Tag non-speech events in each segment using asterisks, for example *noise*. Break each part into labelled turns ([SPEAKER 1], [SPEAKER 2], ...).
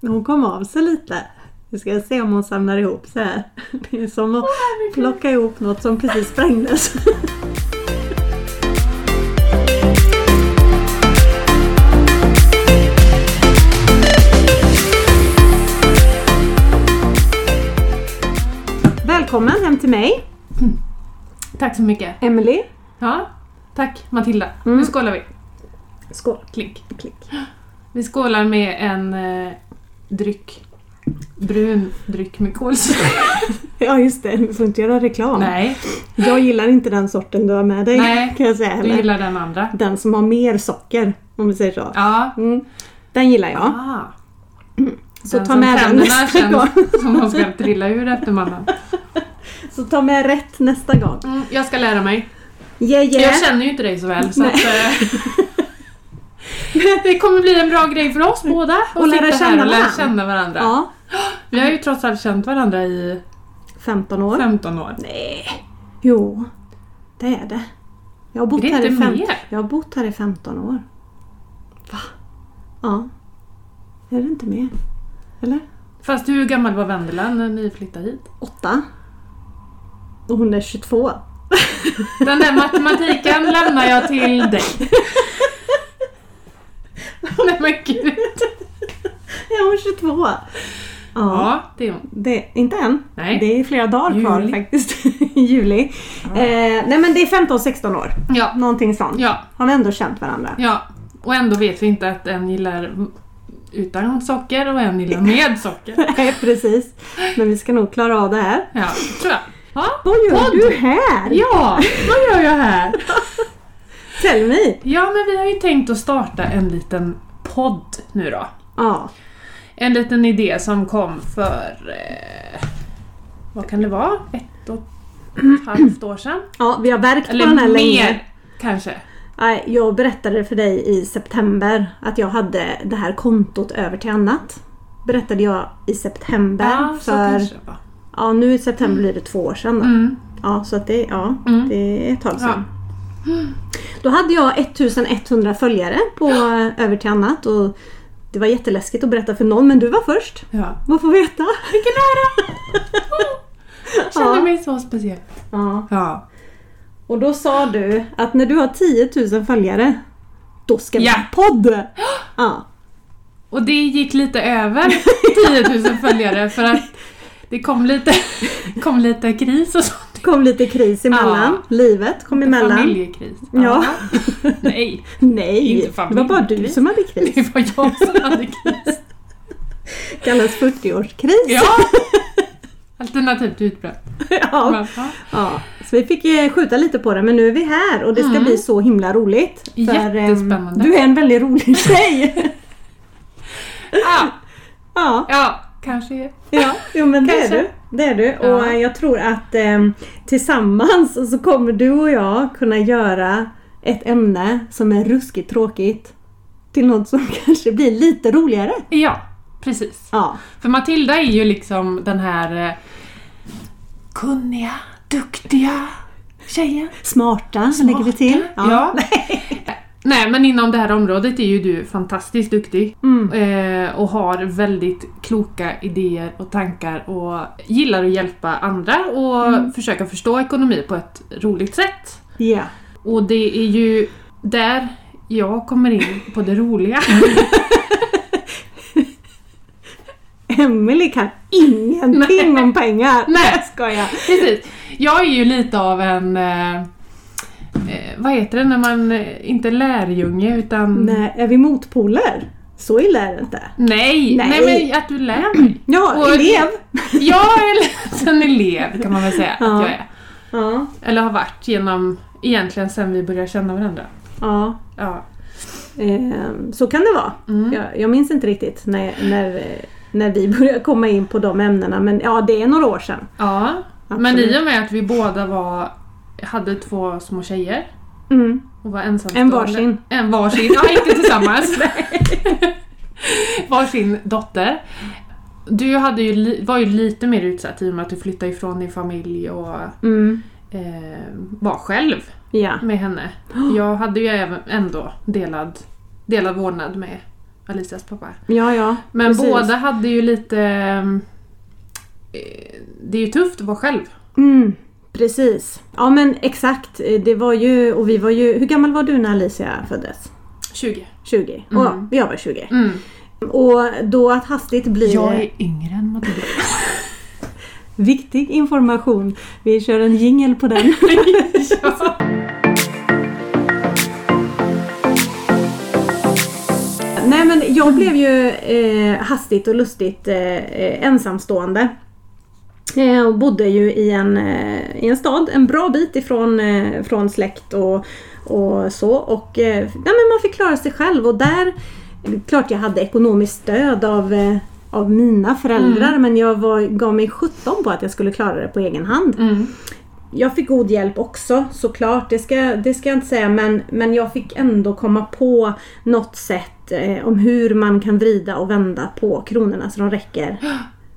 [SPEAKER 1] Hon kom av sig lite. Nu ska jag se om hon samlar ihop sig här. *laughs* Det är som att plocka ihop något som precis sprängdes. *laughs* Välkommen hem till mig,
[SPEAKER 2] Tack så mycket.
[SPEAKER 1] Emily.
[SPEAKER 2] Ja, tack Matilda.
[SPEAKER 1] Mm.
[SPEAKER 2] Nu skålar vi.
[SPEAKER 1] Skål.
[SPEAKER 2] Klink.
[SPEAKER 1] Klick.
[SPEAKER 2] Vi skålar med en eh, dryck. Brun dryck med kolsyra.
[SPEAKER 1] Ja just det, vi får inte göra reklam.
[SPEAKER 2] Nej,
[SPEAKER 1] Jag gillar inte den sorten du har med dig
[SPEAKER 2] Nej,
[SPEAKER 1] kan jag säga.
[SPEAKER 2] du
[SPEAKER 1] heller.
[SPEAKER 2] gillar den andra.
[SPEAKER 1] Den som har mer socker, om vi säger så.
[SPEAKER 2] Ja.
[SPEAKER 1] Mm. Den gillar jag.
[SPEAKER 2] Ah.
[SPEAKER 1] Så
[SPEAKER 2] den
[SPEAKER 1] ta
[SPEAKER 2] som
[SPEAKER 1] med den
[SPEAKER 2] tänderna
[SPEAKER 1] nästa
[SPEAKER 2] känns
[SPEAKER 1] gång. *laughs*
[SPEAKER 2] Som de ska trilla ur efter mannen.
[SPEAKER 1] Så ta med rätt nästa gång.
[SPEAKER 2] Mm, jag ska lära mig.
[SPEAKER 1] Yeah, yeah.
[SPEAKER 2] Jag känner ju inte dig så väl så
[SPEAKER 1] Nej.
[SPEAKER 2] att,
[SPEAKER 1] *laughs*
[SPEAKER 2] eh, Det kommer bli en bra grej för oss båda. att
[SPEAKER 1] Och lära
[SPEAKER 2] sitta här
[SPEAKER 1] känna
[SPEAKER 2] och lära
[SPEAKER 1] varandra.
[SPEAKER 2] känna varandra.
[SPEAKER 1] Ja.
[SPEAKER 2] Vi har ju trots allt känt varandra i
[SPEAKER 1] 15 år.
[SPEAKER 2] 15 år.
[SPEAKER 1] Nej. Jo. Det är det. Jag har bott,
[SPEAKER 2] Är det
[SPEAKER 1] här i,
[SPEAKER 2] inte
[SPEAKER 1] fem...
[SPEAKER 2] mer?
[SPEAKER 1] jag har bott här i 15 år. Va? Ja. Är det inte mer? Eller?
[SPEAKER 2] Fast hur gammal var Vendela när ni flyttade hit?
[SPEAKER 1] Åtta. Och hon är 22.
[SPEAKER 2] Den där matematiken *laughs* lämnar jag till dig. *laughs* Nej men gud.
[SPEAKER 1] *laughs* Ja, hon är 22. Ja.
[SPEAKER 2] Ja, det är hon.
[SPEAKER 1] Det, inte än.
[SPEAKER 2] Nej.
[SPEAKER 1] Det är flera dagar kvar
[SPEAKER 2] Juli.
[SPEAKER 1] faktiskt. *laughs* I Juli. Eh, nej men det är 15-16 år.
[SPEAKER 2] Ja,
[SPEAKER 1] Någonting sånt.
[SPEAKER 2] ja,
[SPEAKER 1] Har vi ändå känt varandra.
[SPEAKER 2] ja. Och ändå vet vi inte att en gillar utan socker och en gillar med socker.
[SPEAKER 1] *laughs* Nej precis. Men vi ska nog klara av det här.
[SPEAKER 2] Ja, tror jag. Ja,
[SPEAKER 1] Vad gör
[SPEAKER 2] Podd.
[SPEAKER 1] du här?
[SPEAKER 2] ja, vad gör jag här?
[SPEAKER 1] Tell me!
[SPEAKER 2] Ja, men vi har ju tänkt att starta en liten podd nu då.
[SPEAKER 1] Ja.
[SPEAKER 2] En liten idé som kom för... Eh, vad kan det vara? Ett och ett halvt år sedan?
[SPEAKER 1] ja, vi har verkt
[SPEAKER 2] Eller
[SPEAKER 1] på den här
[SPEAKER 2] mer
[SPEAKER 1] länge.
[SPEAKER 2] kanske.
[SPEAKER 1] Nej, Jag berättade för dig i september att jag hade det här kontot över till annat. Berättade jag i september.
[SPEAKER 2] Ja, så
[SPEAKER 1] för,
[SPEAKER 2] kanske det var.
[SPEAKER 1] ja, nu i september blir det två år sedan. Då.
[SPEAKER 2] Mm.
[SPEAKER 1] Ja, så att det, ja,
[SPEAKER 2] Mm.
[SPEAKER 1] det är ett tag
[SPEAKER 2] Ja.
[SPEAKER 1] sedan. Då hade jag 1100 följare på eh, Över till annat och det var jätteläskigt att berätta för någon men du var först.
[SPEAKER 2] Ja.
[SPEAKER 1] Man får veta.
[SPEAKER 2] Vilken ära! Jag känner
[SPEAKER 1] Ja.
[SPEAKER 2] mig så speciell.
[SPEAKER 1] *laughs* Ja.
[SPEAKER 2] Ja.
[SPEAKER 1] Och då sa du att när du har 10 000 följare då ska vi
[SPEAKER 2] Ja.
[SPEAKER 1] ha podd! Ja.
[SPEAKER 2] Och det gick lite över *laughs* 10 000 följare för att det kom lite, *laughs* kom lite kris och sånt.
[SPEAKER 1] kom lite kris emellan. Livet kom emellan.
[SPEAKER 2] Familjekris.
[SPEAKER 1] Ja.
[SPEAKER 2] Nej,
[SPEAKER 1] Nej,
[SPEAKER 2] Inte
[SPEAKER 1] det var bara du
[SPEAKER 2] familjekris.
[SPEAKER 1] som hade kris.
[SPEAKER 2] det var jag som hade kris.
[SPEAKER 1] kallas 40-årskris.
[SPEAKER 2] Ja! Alternativt utbrott.
[SPEAKER 1] *laughs* Ja.
[SPEAKER 2] Ja.
[SPEAKER 1] Ja, så vi fick eh, skjuta lite på det men nu är vi här och det ska
[SPEAKER 2] Mm.
[SPEAKER 1] bli så himla roligt. ehm,
[SPEAKER 2] Jättespännande.
[SPEAKER 1] du är en väldigt rolig
[SPEAKER 2] *laughs*
[SPEAKER 1] tjej.
[SPEAKER 2] Ah,
[SPEAKER 1] ja,
[SPEAKER 2] ja, kanske.
[SPEAKER 1] ja, *laughs* jo men det är
[SPEAKER 2] Kanske.
[SPEAKER 1] du. Det är du
[SPEAKER 2] Ja.
[SPEAKER 1] och eh, jag tror att ehm, tillsammans så kommer du och jag kunna göra ett ämne som är ruskigt tråkigt till något som *laughs* kanske blir lite roligare.
[SPEAKER 2] Ja, precis.
[SPEAKER 1] Ja,
[SPEAKER 2] För Matilda är ju liksom den här eh, kunniga, duktiga tjejen.
[SPEAKER 1] smarta, lägger vi till.
[SPEAKER 2] Ja. *laughs* Nej, men inom det här området är ju du fantastiskt duktig.
[SPEAKER 1] Mm.
[SPEAKER 2] Eh, och har väldigt kloka idéer och tankar och gillar att hjälpa andra och
[SPEAKER 1] Mm.
[SPEAKER 2] försöka förstå ekonomi på ett roligt sätt.
[SPEAKER 1] Ja.
[SPEAKER 2] Och det är ju där jag kommer in på det roliga.
[SPEAKER 1] Emelie kan ingenting om pengar.
[SPEAKER 2] Nej.
[SPEAKER 1] ska jag.
[SPEAKER 2] Precis. Jag är ju lite av en... Eh, eh, vad heter det när man... Eh, inte lärjunge utan...
[SPEAKER 1] Nej, eh, är vi motpoler? Så illa är det inte.
[SPEAKER 2] Nej,
[SPEAKER 1] Nej.
[SPEAKER 2] nej, men att du lär mig.
[SPEAKER 1] Ja,
[SPEAKER 2] Och-
[SPEAKER 1] elev.
[SPEAKER 2] Jag är lite en elev kan man väl säga
[SPEAKER 1] Ja.
[SPEAKER 2] att jag är.
[SPEAKER 1] Ja,
[SPEAKER 2] Eller har varit genom, egentligen sen vi började känna varandra.
[SPEAKER 1] ja.
[SPEAKER 2] Ja.
[SPEAKER 1] Ehm, så kan det vara.
[SPEAKER 2] Mm.
[SPEAKER 1] Jag, jag minns inte riktigt när, när, eh, när vi *laughs* började komma in på de ämnena men ja, det är några år sedan.
[SPEAKER 2] ja. Men
[SPEAKER 1] Absolut.
[SPEAKER 2] i och med att vi båda var, hade två små tjejer
[SPEAKER 1] Mm.
[SPEAKER 2] och var ensamstående.
[SPEAKER 1] En varsin.
[SPEAKER 2] En varsin, ja inte tillsammans. varsin dotter. Du hade ju, li- var ju lite mer utsatt i och med att du flyttade ifrån din familj och
[SPEAKER 1] Mm.
[SPEAKER 2] eh, var själv.
[SPEAKER 1] Ja.
[SPEAKER 2] med henne. Jag hade ju även ändå delad, delad vårdnad med Alicias pappa.
[SPEAKER 1] Ja, ja.
[SPEAKER 2] Men
[SPEAKER 1] precis.
[SPEAKER 2] båda hade ju lite... eh, Det är ju tufft att vara själv.
[SPEAKER 1] Mm, precis. Ja men exakt. Eh, Det var ju, och vi var ju, hur gammal var du när Alicia föddes?
[SPEAKER 2] 20.
[SPEAKER 1] 20?
[SPEAKER 2] Mm.
[SPEAKER 1] Ja, jag var 20.
[SPEAKER 2] Mm.
[SPEAKER 1] Och då att hastigt bli...
[SPEAKER 2] yngre än Matilda.
[SPEAKER 1] Viktig information. Vi kör en jingel på den.
[SPEAKER 2] *laughs*
[SPEAKER 1] *laughs*
[SPEAKER 2] ja.
[SPEAKER 1] Nej men jag blev ju eh, hastigt och lustigt eh, eh, ensamstående. Eh, och bodde ju i en, eh, i en stad en bra bit ifrån eh, från släkt och, och så. Och eh, nej, men man fick klara sig själv och där, eh, klart jag hade ekonomiskt stöd av, eh, av mina föräldrar men jag var, gav mig 17 på att jag skulle klara det på egen hand.
[SPEAKER 2] mm.
[SPEAKER 1] Jag fick god hjälp också såklart, det ska, det ska jag inte säga men, men jag fick ändå komma på något sätt eh, om hur man kan vrida och vända på kronorna så de
[SPEAKER 2] *gasps*
[SPEAKER 1] räcker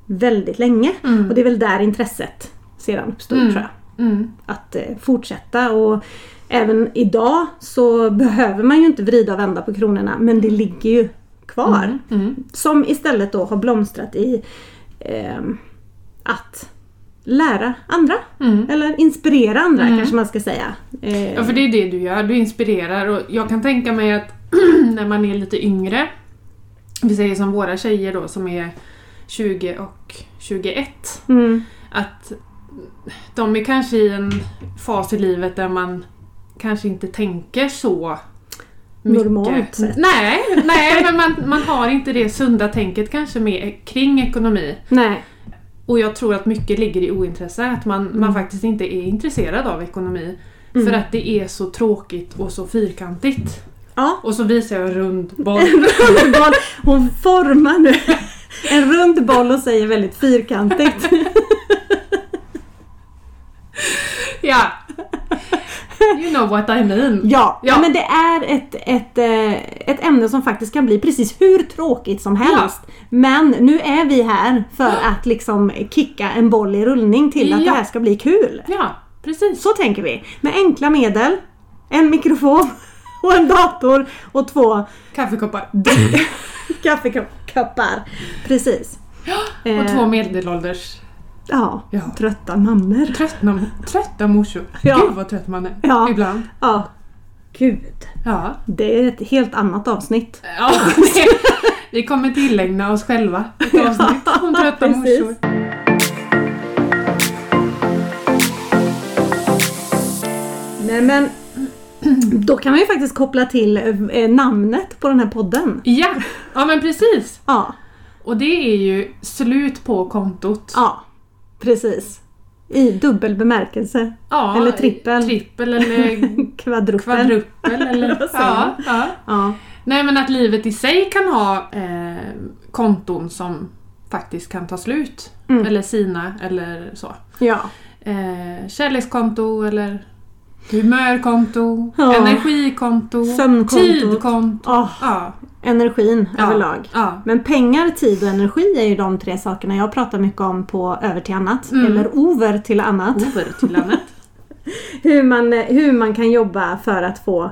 [SPEAKER 1] väldigt länge.
[SPEAKER 2] Mm.
[SPEAKER 1] Och det är väl där intresset sedan uppstod
[SPEAKER 2] Mm.
[SPEAKER 1] tror jag.
[SPEAKER 2] Mm.
[SPEAKER 1] Att eh, fortsätta och även idag så behöver man ju inte vrida och vända på kronorna men det ligger ju kvar.
[SPEAKER 2] Mm.
[SPEAKER 1] Som istället då har blomstrat i ehm, att lära andra.
[SPEAKER 2] Mm.
[SPEAKER 1] Eller inspirera andra
[SPEAKER 2] Mm.
[SPEAKER 1] kanske man ska säga. Eh,
[SPEAKER 2] Ja, för det är det du gör. Du inspirerar och jag kan tänka mig att *clears throat* när man är lite yngre, vi säger som våra tjejer då som är 20 och 21,
[SPEAKER 1] mm,
[SPEAKER 2] att de är kanske i en fas i livet där man kanske inte tänker så mycket.
[SPEAKER 1] Normalt sett.
[SPEAKER 2] Nej, nej men man, man har inte det sunda tänket kanske med, kring ekonomi.
[SPEAKER 1] nej.
[SPEAKER 2] Och jag tror att mycket ligger i ointresse, att man,
[SPEAKER 1] Mm.
[SPEAKER 2] man faktiskt inte är intresserad av ekonomi. För att det är så tråkigt och så fyrkantigt.
[SPEAKER 1] Ja.
[SPEAKER 2] Och så visar jag en rund
[SPEAKER 1] *laughs*
[SPEAKER 2] boll.
[SPEAKER 1] Rund boll. Hon formar nu en rund boll och säger väldigt fyrkantigt.
[SPEAKER 2] ja! You know what I mean.
[SPEAKER 1] Ja,
[SPEAKER 2] Ja.
[SPEAKER 1] men det är ett, ett, eh, ett ämne som faktiskt kan bli precis hur tråkigt som helst. Men nu är vi här för att liksom kicka en boll i rullning till att
[SPEAKER 2] Ja.
[SPEAKER 1] det här ska bli kul.
[SPEAKER 2] Ja, precis.
[SPEAKER 1] Så tänker vi. Med enkla medel, en mikrofon och en dator och två
[SPEAKER 2] Kaffekoppar.
[SPEAKER 1] *laughs* kaffekoppar. Precis. Eh,
[SPEAKER 2] *gasps* Och två medelålders.
[SPEAKER 1] Ja,
[SPEAKER 2] Ja.
[SPEAKER 1] trötta mammor.
[SPEAKER 2] Tröttna, trötta morsor.
[SPEAKER 1] Ja.
[SPEAKER 2] Gud vad trött man är.
[SPEAKER 1] Ja.
[SPEAKER 2] Ibland.
[SPEAKER 1] Ja, gud.
[SPEAKER 2] Ja.
[SPEAKER 1] Det är ett helt annat avsnitt.
[SPEAKER 2] ja det, vi kommer tillägna oss själva ett avsnitt om trötta
[SPEAKER 1] Precis.
[SPEAKER 2] morsor.
[SPEAKER 1] Nej
[SPEAKER 2] *clears throat*
[SPEAKER 1] men, då kan man ju faktiskt koppla till eh, namnet på den här podden.
[SPEAKER 2] Ja, ja men precis.
[SPEAKER 1] Ja,
[SPEAKER 2] Och det är ju slut på kontot.
[SPEAKER 1] ja, precis. I dubbel bemärkelse.
[SPEAKER 2] Ja,
[SPEAKER 1] Eller trippel. *laughs*
[SPEAKER 2] Trippel eller
[SPEAKER 1] Kvadruppel.
[SPEAKER 2] kvadruppel eller...
[SPEAKER 1] Vad säger
[SPEAKER 2] ja, ja.
[SPEAKER 1] Ja,
[SPEAKER 2] Nej men att livet i sig kan ha eh, konton som faktiskt kan ta slut.
[SPEAKER 1] Mm.
[SPEAKER 2] Eller sina eller så.
[SPEAKER 1] ja.
[SPEAKER 2] Eh, kärlekskonto eller humörkonto,
[SPEAKER 1] Ja.
[SPEAKER 2] energikonto,
[SPEAKER 1] Sömnkonto.
[SPEAKER 2] tidkonto.
[SPEAKER 1] Åh,
[SPEAKER 2] Ja,
[SPEAKER 1] Ah, energin
[SPEAKER 2] ja,
[SPEAKER 1] överlag.
[SPEAKER 2] Ja.
[SPEAKER 1] Men pengar, tid och energi är ju de tre sakerna jag pratar mycket om på Över till annat.
[SPEAKER 2] Mm.
[SPEAKER 1] Eller Over till annat.
[SPEAKER 2] Over till annat.
[SPEAKER 1] hur, man, hur man kan jobba för att få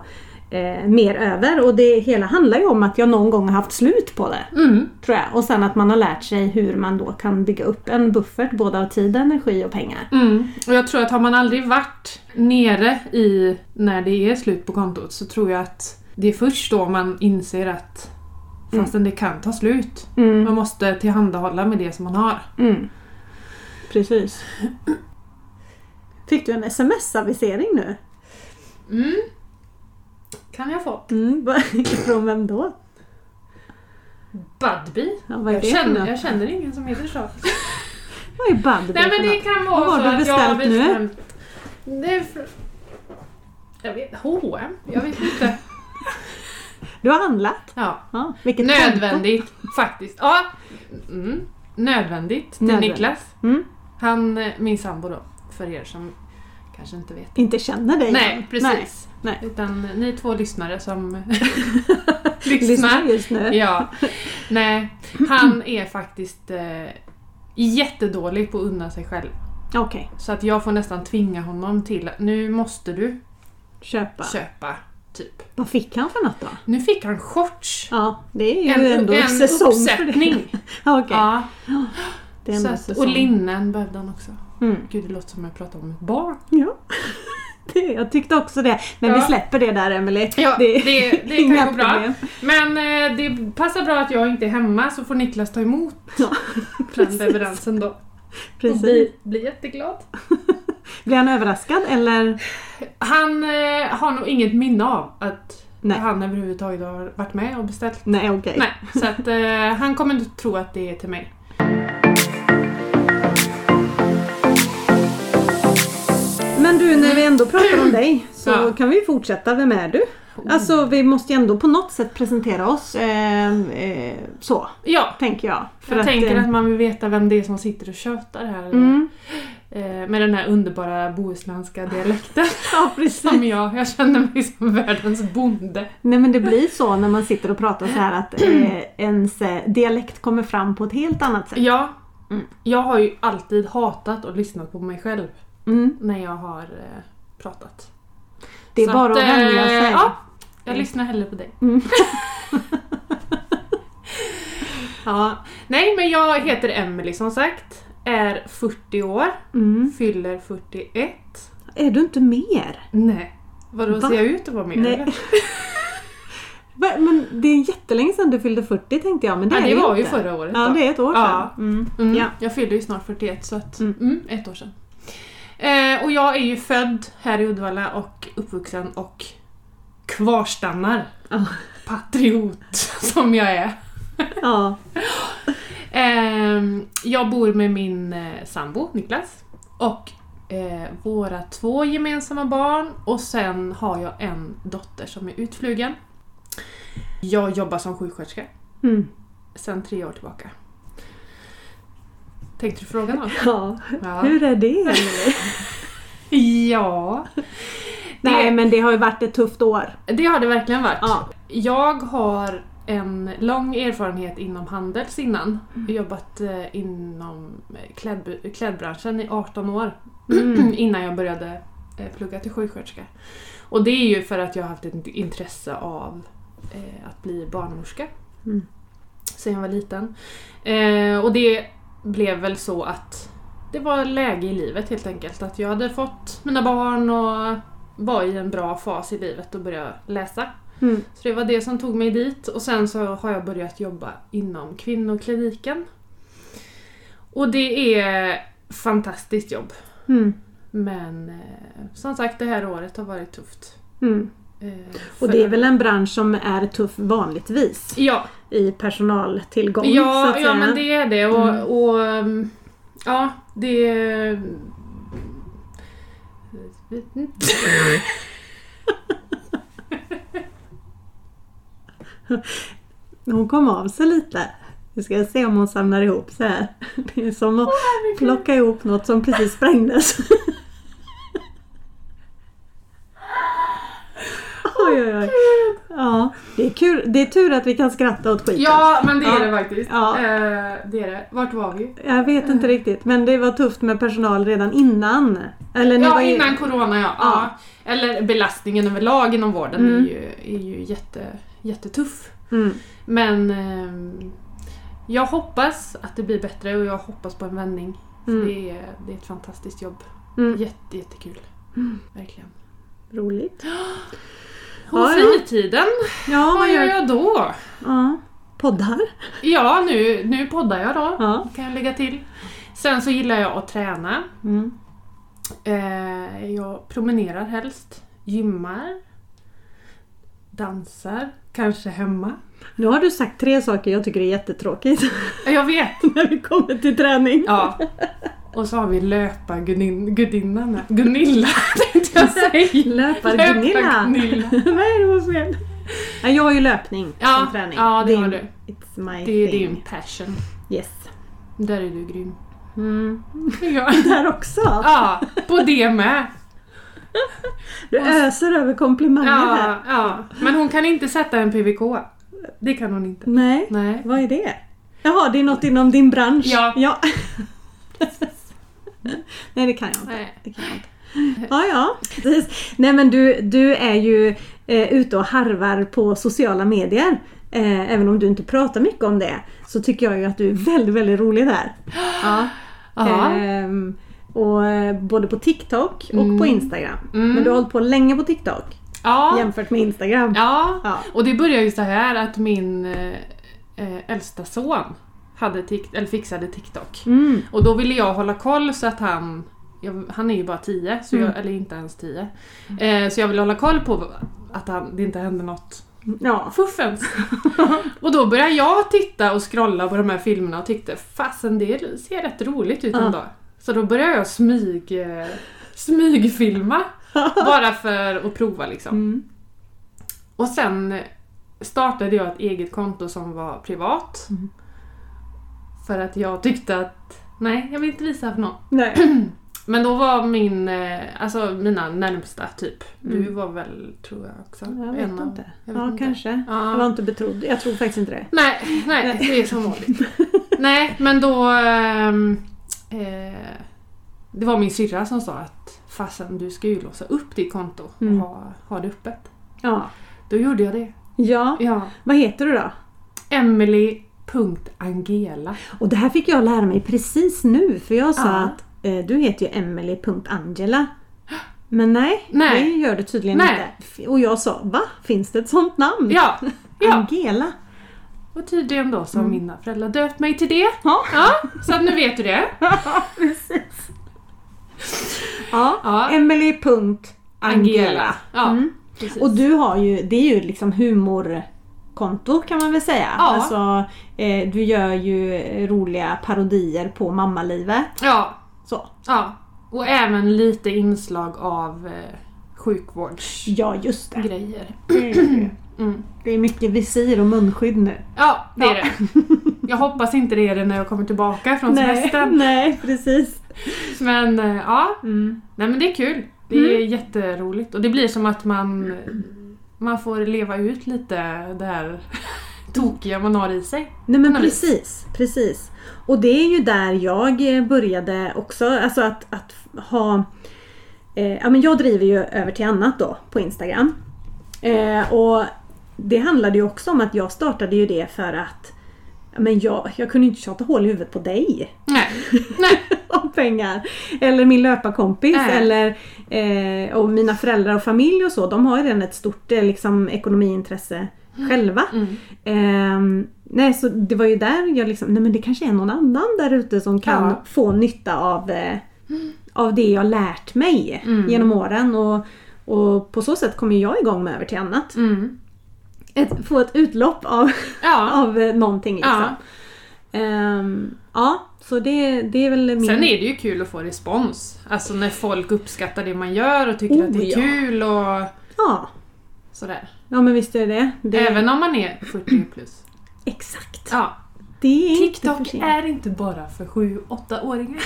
[SPEAKER 1] eh, mer över och det hela handlar ju om att jag någon gång har haft slut på det.
[SPEAKER 2] Mm.
[SPEAKER 1] Tror jag. Och sen att man har lärt sig hur man då kan bygga upp en buffert både av tid, energi och pengar.
[SPEAKER 2] Mm. Och jag tror att har man aldrig varit nere i när det är slut på kontot så tror jag att det är först då man inser att fastän det kan ta slut.
[SPEAKER 1] Mm.
[SPEAKER 2] Man måste tillhandahålla med det som man har.
[SPEAKER 1] Mm. Precis. Fick du en sms-avisering nu?
[SPEAKER 2] Mm. Kan jag få?
[SPEAKER 1] *laughs* Från vem då?
[SPEAKER 2] Budbee?
[SPEAKER 1] Ja, vad är
[SPEAKER 2] Jag
[SPEAKER 1] det för
[SPEAKER 2] känner,
[SPEAKER 1] något?
[SPEAKER 2] jag känner ingen som heter så.
[SPEAKER 1] Vad är Budbee
[SPEAKER 2] Nej men
[SPEAKER 1] för
[SPEAKER 2] det
[SPEAKER 1] något?
[SPEAKER 2] kan
[SPEAKER 1] Vad har
[SPEAKER 2] vara så
[SPEAKER 1] du
[SPEAKER 2] att jag har
[SPEAKER 1] beställt nu?
[SPEAKER 2] bestämt... Det är för... Jag vet H&M? Jag vet inte.
[SPEAKER 1] Du har handlat?
[SPEAKER 2] Ja.
[SPEAKER 1] Ja, vilket
[SPEAKER 2] Nödvändigt faktiskt. Ja. Mm. Nödvändigt till
[SPEAKER 1] Nödvändigt.
[SPEAKER 2] Niklas.
[SPEAKER 1] konto. Mm.
[SPEAKER 2] Han, eh, min sambo då, för er som kanske inte vet.
[SPEAKER 1] Inte känner dig?
[SPEAKER 2] Nej, precis.
[SPEAKER 1] Nej.
[SPEAKER 2] Utan eh, ni två
[SPEAKER 1] *laughs*
[SPEAKER 2] lyssnare som
[SPEAKER 1] Lyssnar
[SPEAKER 2] lyssnar.
[SPEAKER 1] just nu.
[SPEAKER 2] Ja. Nej, han är faktiskt eh, jättedålig på att unna sig själv.
[SPEAKER 1] Okej.
[SPEAKER 2] Så att jag får nästan tvinga honom till att nu måste du
[SPEAKER 1] köpa.
[SPEAKER 2] köpa. Typ.
[SPEAKER 1] Vad fick han för något då?
[SPEAKER 2] Nu fick han shorts.
[SPEAKER 1] Ja, det är ju
[SPEAKER 2] En,
[SPEAKER 1] ändå
[SPEAKER 2] en
[SPEAKER 1] säsong för det.
[SPEAKER 2] uppsättning.
[SPEAKER 1] Ja, *laughs* okej.
[SPEAKER 2] Ja,
[SPEAKER 1] det är
[SPEAKER 2] så
[SPEAKER 1] ändå
[SPEAKER 2] att,
[SPEAKER 1] säsong.
[SPEAKER 2] och linnen behövde han också.
[SPEAKER 1] Mm.
[SPEAKER 2] Gud, det låter som jag pratar om ett barn.
[SPEAKER 1] Ja. *laughs* Det, jag tyckte också det. Men vi
[SPEAKER 2] Ja.
[SPEAKER 1] släpper det där Emelie.
[SPEAKER 2] Ja, det, det,
[SPEAKER 1] inga
[SPEAKER 2] kan gå bra.
[SPEAKER 1] problem.
[SPEAKER 2] Men eh, det passar bra att jag inte är hemma så får Niklas ta emot *laughs*
[SPEAKER 1] Ja,
[SPEAKER 2] den leveransen då. Och
[SPEAKER 1] Precis.
[SPEAKER 2] bli, bli jätteglad.
[SPEAKER 1] Blir han överraskad eller?
[SPEAKER 2] Han eh, har nog inget minne av att
[SPEAKER 1] Nej.
[SPEAKER 2] han överhuvudtaget har varit med och beställt.
[SPEAKER 1] Nej, okej.
[SPEAKER 2] Nej, så att eh, han kommer inte tro att det är till mig.
[SPEAKER 1] Men du, när vi ändå pratar om dig så
[SPEAKER 2] Ja. Oh.
[SPEAKER 1] kan vi ju fortsätta. Vem är du? Alltså, vi måste ju ändå på något sätt presentera oss. Eh, eh, så,
[SPEAKER 2] Ja,
[SPEAKER 1] tänker jag. För
[SPEAKER 2] jag tänker
[SPEAKER 1] eh,
[SPEAKER 2] att man vill veta vem det är som sitter och tjötar här. *laughs*
[SPEAKER 1] Mm,
[SPEAKER 2] Eh, med den här underbara bohuslänska dialekten
[SPEAKER 1] ja, precis.
[SPEAKER 2] som jag. Jag känner mig som världens bonde.
[SPEAKER 1] Nej men det blir så när man sitter och pratar så här att
[SPEAKER 2] *clears throat*
[SPEAKER 1] eh, ens eh, dialekt kommer fram på ett helt annat sätt.
[SPEAKER 2] Ja,
[SPEAKER 1] Mm.
[SPEAKER 2] jag har ju alltid hatat och lyssnat på mig själv
[SPEAKER 1] Mm.
[SPEAKER 2] när jag har eh, pratat.
[SPEAKER 1] Det är
[SPEAKER 2] Så
[SPEAKER 1] bara att,
[SPEAKER 2] eh,
[SPEAKER 1] vänja sig.
[SPEAKER 2] Ja, jag
[SPEAKER 1] Mm.
[SPEAKER 2] lyssnar hellre på dig.
[SPEAKER 1] Mm.
[SPEAKER 2] *laughs* ja, nej men jag heter Emelie som sagt. Är 40 år,
[SPEAKER 1] Mm.
[SPEAKER 2] fyller 41.
[SPEAKER 1] Är du inte mer?
[SPEAKER 2] Nej. Vadå,
[SPEAKER 1] Va?
[SPEAKER 2] ser jag ut att vara med
[SPEAKER 1] Nej,
[SPEAKER 2] eller?
[SPEAKER 1] Va? Men det är jättelänge sedan du fyllde 40 tänkte jag. Men det,
[SPEAKER 2] Ja,
[SPEAKER 1] är
[SPEAKER 2] det var ju
[SPEAKER 1] inte.
[SPEAKER 2] förra året
[SPEAKER 1] Ja,
[SPEAKER 2] då.
[SPEAKER 1] det är ett år
[SPEAKER 2] Ja.
[SPEAKER 1] sedan. Mm.
[SPEAKER 2] Mm,
[SPEAKER 1] Ja.
[SPEAKER 2] Jag fyllde ju snart 41 så att,
[SPEAKER 1] Mm.
[SPEAKER 2] mm. ett år sedan. Eh, och jag är ju född här i Uddevalla och uppvuxen och kvarstannar.
[SPEAKER 1] Ja.
[SPEAKER 2] Patriot *laughs* som jag är.
[SPEAKER 1] ja.
[SPEAKER 2] Ehm, jag bor med min eh, sambo Niklas och eh, våra två gemensamma barn och sen har jag en dotter som är utflugen. Jag jobbar som sjuksköterska
[SPEAKER 1] Mm.
[SPEAKER 2] sedan tre år tillbaka. Tänkte du fråga
[SPEAKER 1] *laughs*
[SPEAKER 2] något?
[SPEAKER 1] ja.
[SPEAKER 2] Ja.
[SPEAKER 1] Hur är det
[SPEAKER 2] *laughs*
[SPEAKER 1] Emelie?
[SPEAKER 2] ja.
[SPEAKER 1] Nej men det har ju varit ett tufft år.
[SPEAKER 2] Det har det verkligen varit.
[SPEAKER 1] Ja.
[SPEAKER 2] Jag har en lång erfarenhet inom Handels innan. Jag har jobbat eh, inom eh, klädb- klädbranschen i 18 år *clears throat* innan jag började eh, plugga till sjuksköterska. Och det är ju för att jag har haft ett intresse av eh, att bli barnmorska.
[SPEAKER 1] Mm.
[SPEAKER 2] Sen jag var liten. Eh, och det blev väl så att det var läge i livet helt enkelt. Att jag hade fått mina barn och var i en bra fas i livet och började läsa.
[SPEAKER 1] Mm.
[SPEAKER 2] Så det var det som tog mig dit och sen så har jag börjat jobba inom kvinnokliniken. Och det är fantastiskt jobb.
[SPEAKER 1] Mm.
[SPEAKER 2] Men eh, som sagt det här året har varit tufft.
[SPEAKER 1] Mm.
[SPEAKER 2] Eh,
[SPEAKER 1] Och
[SPEAKER 2] för-
[SPEAKER 1] det är väl en bransch som är tuff vanligtvis
[SPEAKER 2] Ja,
[SPEAKER 1] i personaltillgång så
[SPEAKER 2] ja,
[SPEAKER 1] att
[SPEAKER 2] ja men det är det. Och,
[SPEAKER 1] Mm.
[SPEAKER 2] och ehm, ja, det... Vet inte.
[SPEAKER 1] Hon kom av sig lite. Nu ska jag se om hon samlar ihop så här. *laughs* Det är som att plocka ihop något som precis
[SPEAKER 2] *laughs*
[SPEAKER 1] sprängdes. Oj, oj, oj. Ja, det är kul. Det är tur att vi kan skratta åt skiten.
[SPEAKER 2] Ja, men det är
[SPEAKER 1] Ja.
[SPEAKER 2] det faktiskt.
[SPEAKER 1] Ja.
[SPEAKER 2] Eh, det är det. Vart var vi?
[SPEAKER 1] Jag vet inte riktigt, men det var tufft med personal redan innan. Eller ni var
[SPEAKER 2] Ja,
[SPEAKER 1] ju-
[SPEAKER 2] innan corona ja.
[SPEAKER 1] Ja.
[SPEAKER 2] ja. Eller belastningen överlag inom vården
[SPEAKER 1] Mm.
[SPEAKER 2] är ju, är ju jätte, jättetuff.
[SPEAKER 1] Mm.
[SPEAKER 2] Men ehm, jag hoppas att det blir bättre och jag hoppas på en vändning. För
[SPEAKER 1] Mm.
[SPEAKER 2] Det, är, det är ett fantastiskt jobb.
[SPEAKER 1] Mm.
[SPEAKER 2] Jätte, jättekul. Verkligen.
[SPEAKER 1] Roligt.
[SPEAKER 2] Och
[SPEAKER 1] Ja, ja.
[SPEAKER 2] fritiden,
[SPEAKER 1] Ja,
[SPEAKER 2] vad
[SPEAKER 1] vad
[SPEAKER 2] gör
[SPEAKER 1] gör
[SPEAKER 2] jag då?
[SPEAKER 1] Ja. Poddar.
[SPEAKER 2] Ja, nu, nu poddar jag då.
[SPEAKER 1] Ja.
[SPEAKER 2] Kan jag lägga till. Sen så gillar jag att träna.
[SPEAKER 1] Mm.
[SPEAKER 2] Eh, jag promenerar helst, gymmar, dansar, kanske hemma.
[SPEAKER 1] Nu har du sagt tre saker jag tycker är jättetråkigt *laughs*
[SPEAKER 2] Eh, Jag vet!
[SPEAKER 1] när vi kommer till träning.
[SPEAKER 2] Ja. Och så har vi löpargudinnan här. Gunilla *laughs* tänkte jag säga.
[SPEAKER 1] Löpar-Gunilla. *laughs*
[SPEAKER 2] Löpargunilla.
[SPEAKER 1] Vad är det för fel? Ja, jag har ju löpning
[SPEAKER 2] Ja,
[SPEAKER 1] som träning.
[SPEAKER 2] ja, det
[SPEAKER 1] är-
[SPEAKER 2] har du.
[SPEAKER 1] It's my
[SPEAKER 2] Det är
[SPEAKER 1] thing.
[SPEAKER 2] din passion.
[SPEAKER 1] Yes.
[SPEAKER 2] Där är du grym.
[SPEAKER 1] Mm.
[SPEAKER 2] Ja,
[SPEAKER 1] Där också.
[SPEAKER 2] ja på det med.
[SPEAKER 1] Du öser över komplimanger här.
[SPEAKER 2] Ja, ja. Men hon kan inte sätta en PVK. Det kan hon inte.
[SPEAKER 1] Nej,
[SPEAKER 2] Nej.
[SPEAKER 1] vad är det? Jaha, det är något inom din bransch?
[SPEAKER 2] Ja.
[SPEAKER 1] ja. *laughs* Nej, det kan jag inte.
[SPEAKER 2] Nej.
[SPEAKER 1] Det kan jag inte. Ja, ja. Precis. Nej men du, du är ju eh, ute och harvar på sociala medier. Eh, även om du inte pratar mycket om det så tycker jag ju att du är väldigt, väldigt rolig där. Ja.
[SPEAKER 2] *gasps* Ja.
[SPEAKER 1] Ehm, och, eh, både på TikTok och
[SPEAKER 2] Mm.
[SPEAKER 1] på Instagram.
[SPEAKER 2] Mm.
[SPEAKER 1] Men du har hållit på länge på TikTok
[SPEAKER 2] Ja.
[SPEAKER 1] jämfört med Instagram.
[SPEAKER 2] ja.
[SPEAKER 1] Ja.
[SPEAKER 2] Och det började ju så här att min eh, eh, äldsta son hade tikt, eller fixade TikTok.
[SPEAKER 1] Mm.
[SPEAKER 2] Och då ville jag hålla koll så att han jag, han är ju bara 10, så jag,
[SPEAKER 1] Mm.
[SPEAKER 2] eller inte ens 10. Eh, så jag ville hålla koll på att han, det inte hände något
[SPEAKER 1] Ja. *laughs*
[SPEAKER 2] fuffens. och då började jag titta och scrolla på de här filmerna och tyckte fasen det ser rätt roligt ut
[SPEAKER 1] Ja.
[SPEAKER 2] ändå. Så då började jag smyg, eh,
[SPEAKER 1] *laughs*
[SPEAKER 2] smygfilma bara för att prova liksom.
[SPEAKER 1] Mm.
[SPEAKER 2] Och sen startade jag ett eget konto som var privat.
[SPEAKER 1] Mm.
[SPEAKER 2] För att jag tyckte att nej, jag vill inte visa för någon.
[SPEAKER 1] Nej.
[SPEAKER 2] Men då var min, eh, alltså mina närmsta typ. Du
[SPEAKER 1] Mm.
[SPEAKER 2] var väl, tror jag också.
[SPEAKER 1] Jag
[SPEAKER 2] en
[SPEAKER 1] vet
[SPEAKER 2] av-
[SPEAKER 1] inte.
[SPEAKER 2] jag vet
[SPEAKER 1] ja,
[SPEAKER 2] inte.
[SPEAKER 1] kanske.
[SPEAKER 2] Ja.
[SPEAKER 1] Jag var inte betrodd. Jag tror faktiskt inte det.
[SPEAKER 2] Nej, nej,
[SPEAKER 1] Nej.
[SPEAKER 2] det är
[SPEAKER 1] *laughs*
[SPEAKER 2] som vanligt. nej, men då... ehm, eh, det var min syrra som sa att fasen du ska ju låsa upp ditt konto och
[SPEAKER 1] Mm.
[SPEAKER 2] ha, ha det öppet.
[SPEAKER 1] Ja.
[SPEAKER 2] Då gjorde jag det.
[SPEAKER 1] ja.
[SPEAKER 2] Ja.
[SPEAKER 1] Vad heter du då?
[SPEAKER 2] Emily.Angela.
[SPEAKER 1] Och det här fick jag lära mig precis nu för jag sa
[SPEAKER 2] Ja.
[SPEAKER 1] att eh, du heter ju Emily.Angela. Men nej,
[SPEAKER 2] Nej.
[SPEAKER 1] det gör du tydligen
[SPEAKER 2] Nej.
[SPEAKER 1] inte. F- Och jag sa va? Finns det ett sånt namn?
[SPEAKER 2] Ja, ja.
[SPEAKER 1] Angela.
[SPEAKER 2] Och tydligen då så har
[SPEAKER 1] Mm.
[SPEAKER 2] mina föräldrar döpt mig till det.
[SPEAKER 1] Ja.
[SPEAKER 2] Ja, så att nu vet du det.
[SPEAKER 1] precis. Ja,
[SPEAKER 2] Ja.
[SPEAKER 1] Emily.Angela.
[SPEAKER 2] Angela. Ja,
[SPEAKER 1] Mm.
[SPEAKER 2] precis.
[SPEAKER 1] Och du har ju, det är ju liksom humorkonto kan man väl säga.
[SPEAKER 2] Ja.
[SPEAKER 1] Alltså, eh, du gör ju eh, roliga parodier på mammalivet.
[SPEAKER 2] Ja,
[SPEAKER 1] Så.
[SPEAKER 2] ja. Och även lite inslag av eh, sjukvårdsgrejer.
[SPEAKER 1] Ja, just det. Det är ju-
[SPEAKER 2] Mm.
[SPEAKER 1] Det är mycket visir och munskydd nu.
[SPEAKER 2] Ja, det är det. Jag hoppas inte det är det när jag kommer tillbaka från
[SPEAKER 1] *laughs*
[SPEAKER 2] semestern.
[SPEAKER 1] nej, precis.
[SPEAKER 2] Men eh, ja,
[SPEAKER 1] Mm.
[SPEAKER 2] nej men det är kul. Det är jätteroligt och det blir som att man, man får leva ut lite det här *laughs* tokiga man har i sig.
[SPEAKER 1] Nej men
[SPEAKER 2] På något vis.
[SPEAKER 1] precis, precis. Och det är ju där jag eh, började också, alltså att, att ha... Eh, ja men jag driver ju över till annat då på Instagram. Eh, och det handlade ju också om att jag startade ju det för att ja, men jag, jag kunde inte tjata hål i huvudet på dig
[SPEAKER 2] Nej, nej.
[SPEAKER 1] *laughs* om pengar. Eller min löparkompis
[SPEAKER 2] Nej.
[SPEAKER 1] eller eh, och mina föräldrar och familj och så. De har ju redan ett stort eh, liksom, ekonomiintresse själva.
[SPEAKER 2] Mm.
[SPEAKER 1] Ehm, nej, så det var ju där jag liksom, nej men det kanske är någon annan där ute som kan
[SPEAKER 2] Ja.
[SPEAKER 1] få nytta av, eh, av det jag lärt mig
[SPEAKER 2] Mm.
[SPEAKER 1] genom åren. Och, och på så sätt kommer jag igång med över till annat.
[SPEAKER 2] Mm.
[SPEAKER 1] Ett, få ett utlopp av,
[SPEAKER 2] *laughs* Ja.
[SPEAKER 1] av eh, någonting liksom.
[SPEAKER 2] ja.
[SPEAKER 1] Ja, ja så det, det är väl min...
[SPEAKER 2] Sen är det ju kul att få respons. Alltså när folk uppskattar det man gör och tycker
[SPEAKER 1] Oh,
[SPEAKER 2] att det är
[SPEAKER 1] ja.
[SPEAKER 2] kul och
[SPEAKER 1] ja.
[SPEAKER 2] sådär.
[SPEAKER 1] ja, men visst är det det.
[SPEAKER 2] Även om man är 40 plus.
[SPEAKER 1] Exakt.
[SPEAKER 2] Ja.
[SPEAKER 1] Det är inte för
[SPEAKER 2] TikTok
[SPEAKER 1] sent.
[SPEAKER 2] är inte bara för 7-8-åringar.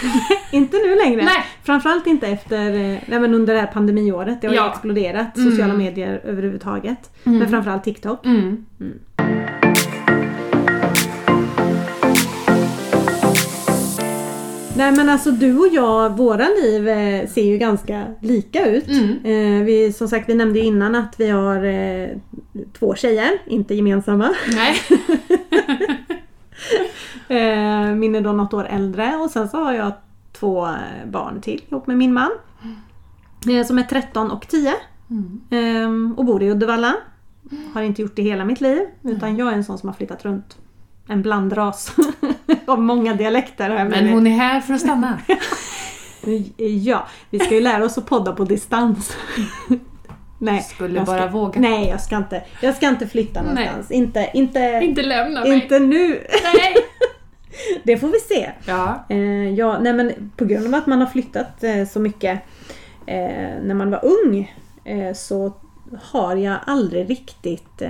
[SPEAKER 1] Inte nu längre.
[SPEAKER 2] *laughs* Nej.
[SPEAKER 1] Framförallt inte efter, eh, nej men under det här pandemiåret. Det har ju
[SPEAKER 2] Ja.
[SPEAKER 1] exploderat,
[SPEAKER 2] Mm.
[SPEAKER 1] sociala medier överhuvudtaget.
[SPEAKER 2] Mm.
[SPEAKER 1] Men framförallt TikTok.
[SPEAKER 2] Mm.
[SPEAKER 1] Nej men alltså du och jag, våra liv eh, ser ju ganska lika ut.
[SPEAKER 2] Mm.
[SPEAKER 1] Eh, vi, som sagt, vi nämnde ju innan att vi har eh, två tjejer, inte gemensamma. *laughs*
[SPEAKER 2] Nej.
[SPEAKER 1] Eh, min är då något år äldre och sen så har jag två eh, barn till ihop med min man. Eh, som är 13 och 10
[SPEAKER 2] Mm.
[SPEAKER 1] eh, och bor i Uddevalla. Har inte gjort det hela mitt liv utan jag är en sån som har flyttat runt. En blandras *laughs* av många dialekter har jag
[SPEAKER 2] Men
[SPEAKER 1] blivit.
[SPEAKER 2] hon är här för att stanna.
[SPEAKER 1] Ja, vi ska ju lära oss att podda på distans. *laughs* *laughs* Nej,
[SPEAKER 2] Skulle
[SPEAKER 1] jag ska,
[SPEAKER 2] bara våga.
[SPEAKER 1] Nej, jag ska inte. Jag ska inte flytta
[SPEAKER 2] Nej.
[SPEAKER 1] någonstans. Inte, inte,
[SPEAKER 2] Inte lämna mig.
[SPEAKER 1] inte nu. *laughs*
[SPEAKER 2] Nej.
[SPEAKER 1] Det får vi se.
[SPEAKER 2] Ja.
[SPEAKER 1] Eh, ja, nej men på grund av att man har flyttat eh, så mycket eh, när man var ung eh, så har jag aldrig riktigt eh,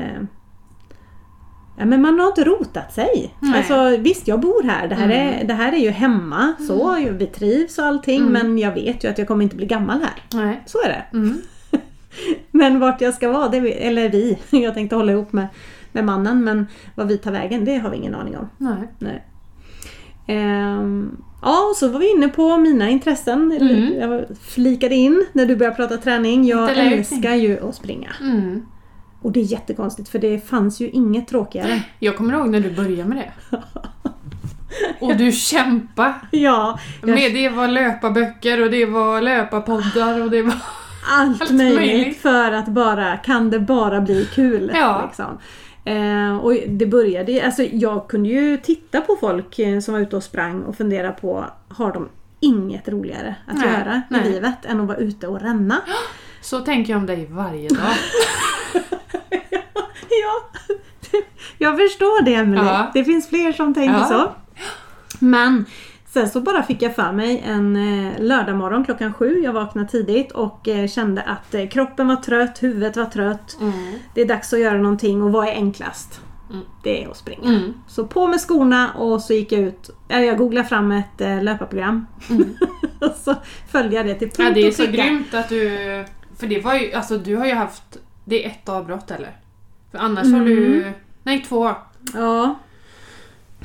[SPEAKER 1] Ja, men man har inte rotat sig.
[SPEAKER 2] Nej.
[SPEAKER 1] Alltså, visst, jag bor här. Det här, är, det här är ju hemma. Så, ju- vi trivs och allting. Men jag vet ju att jag kommer inte bli gammal här.
[SPEAKER 2] Nej.
[SPEAKER 1] Så är det.
[SPEAKER 2] Mm.
[SPEAKER 1] Men vart jag ska vara, det, vi- eller vi, *laughs* jag tänkte hålla ihop med, med mannen. Men vad vi tar vägen, det har vi ingen aning om.
[SPEAKER 2] Nej.
[SPEAKER 1] Nej. Ehm, ja, och så var vi inne på mina intressen.
[SPEAKER 2] Mm.
[SPEAKER 1] Jag flikade in när du började prata träning. Jag
[SPEAKER 2] Inte löpning.
[SPEAKER 1] älskar ju att springa.
[SPEAKER 2] Mm.
[SPEAKER 1] Och det är jättekonstigt för det fanns ju inget tråkigare.
[SPEAKER 2] Jag kommer ihåg när du började med det. Och du kämpade.
[SPEAKER 1] *laughs* Ja, jag-
[SPEAKER 2] Med det var löparböcker och det var löparpoddar och det var...
[SPEAKER 1] allt,
[SPEAKER 2] Allt
[SPEAKER 1] möjligt,
[SPEAKER 2] möjligt.
[SPEAKER 1] för att bara, kan det bara bli kul?
[SPEAKER 2] Ja.
[SPEAKER 1] Liksom. Eh, och det började, alltså jag kunde ju titta på folk eh, som var ute och sprang och fundera på, har de inget roligare att
[SPEAKER 2] Nej,
[SPEAKER 1] göra
[SPEAKER 2] nej.
[SPEAKER 1] i livet än att vara ute och ränna?
[SPEAKER 2] *laughs* Så tänker jag om dig varje dag.
[SPEAKER 1] *laughs* ja, jag förstår det Emelie.
[SPEAKER 2] Ja.
[SPEAKER 1] Det finns fler som tänker
[SPEAKER 2] Ja.
[SPEAKER 1] så. Men sen så bara fick jag för mig en eh, lördagmorgon klockan sju. Jag vaknade tidigt och eh, kände att eh, kroppen var trött, huvudet var trött.
[SPEAKER 2] Mm.
[SPEAKER 1] Det är dags att göra någonting och vad är enklast?
[SPEAKER 2] Mm.
[SPEAKER 1] Det är att springa.
[SPEAKER 2] Mm.
[SPEAKER 1] Så på med skorna och så gick jag ut. äh, Jag googlade fram ett eh, löparprogram.
[SPEAKER 2] Mm.
[SPEAKER 1] *laughs* och så följde jag det till punkt
[SPEAKER 2] Ja, det är
[SPEAKER 1] och
[SPEAKER 2] så
[SPEAKER 1] pricka.
[SPEAKER 2] grymt att du... För det var ju, alltså du har ju haft... Det är ett avbrott eller? För annars har
[SPEAKER 1] Mm.
[SPEAKER 2] du... Nej, två.
[SPEAKER 1] Ja.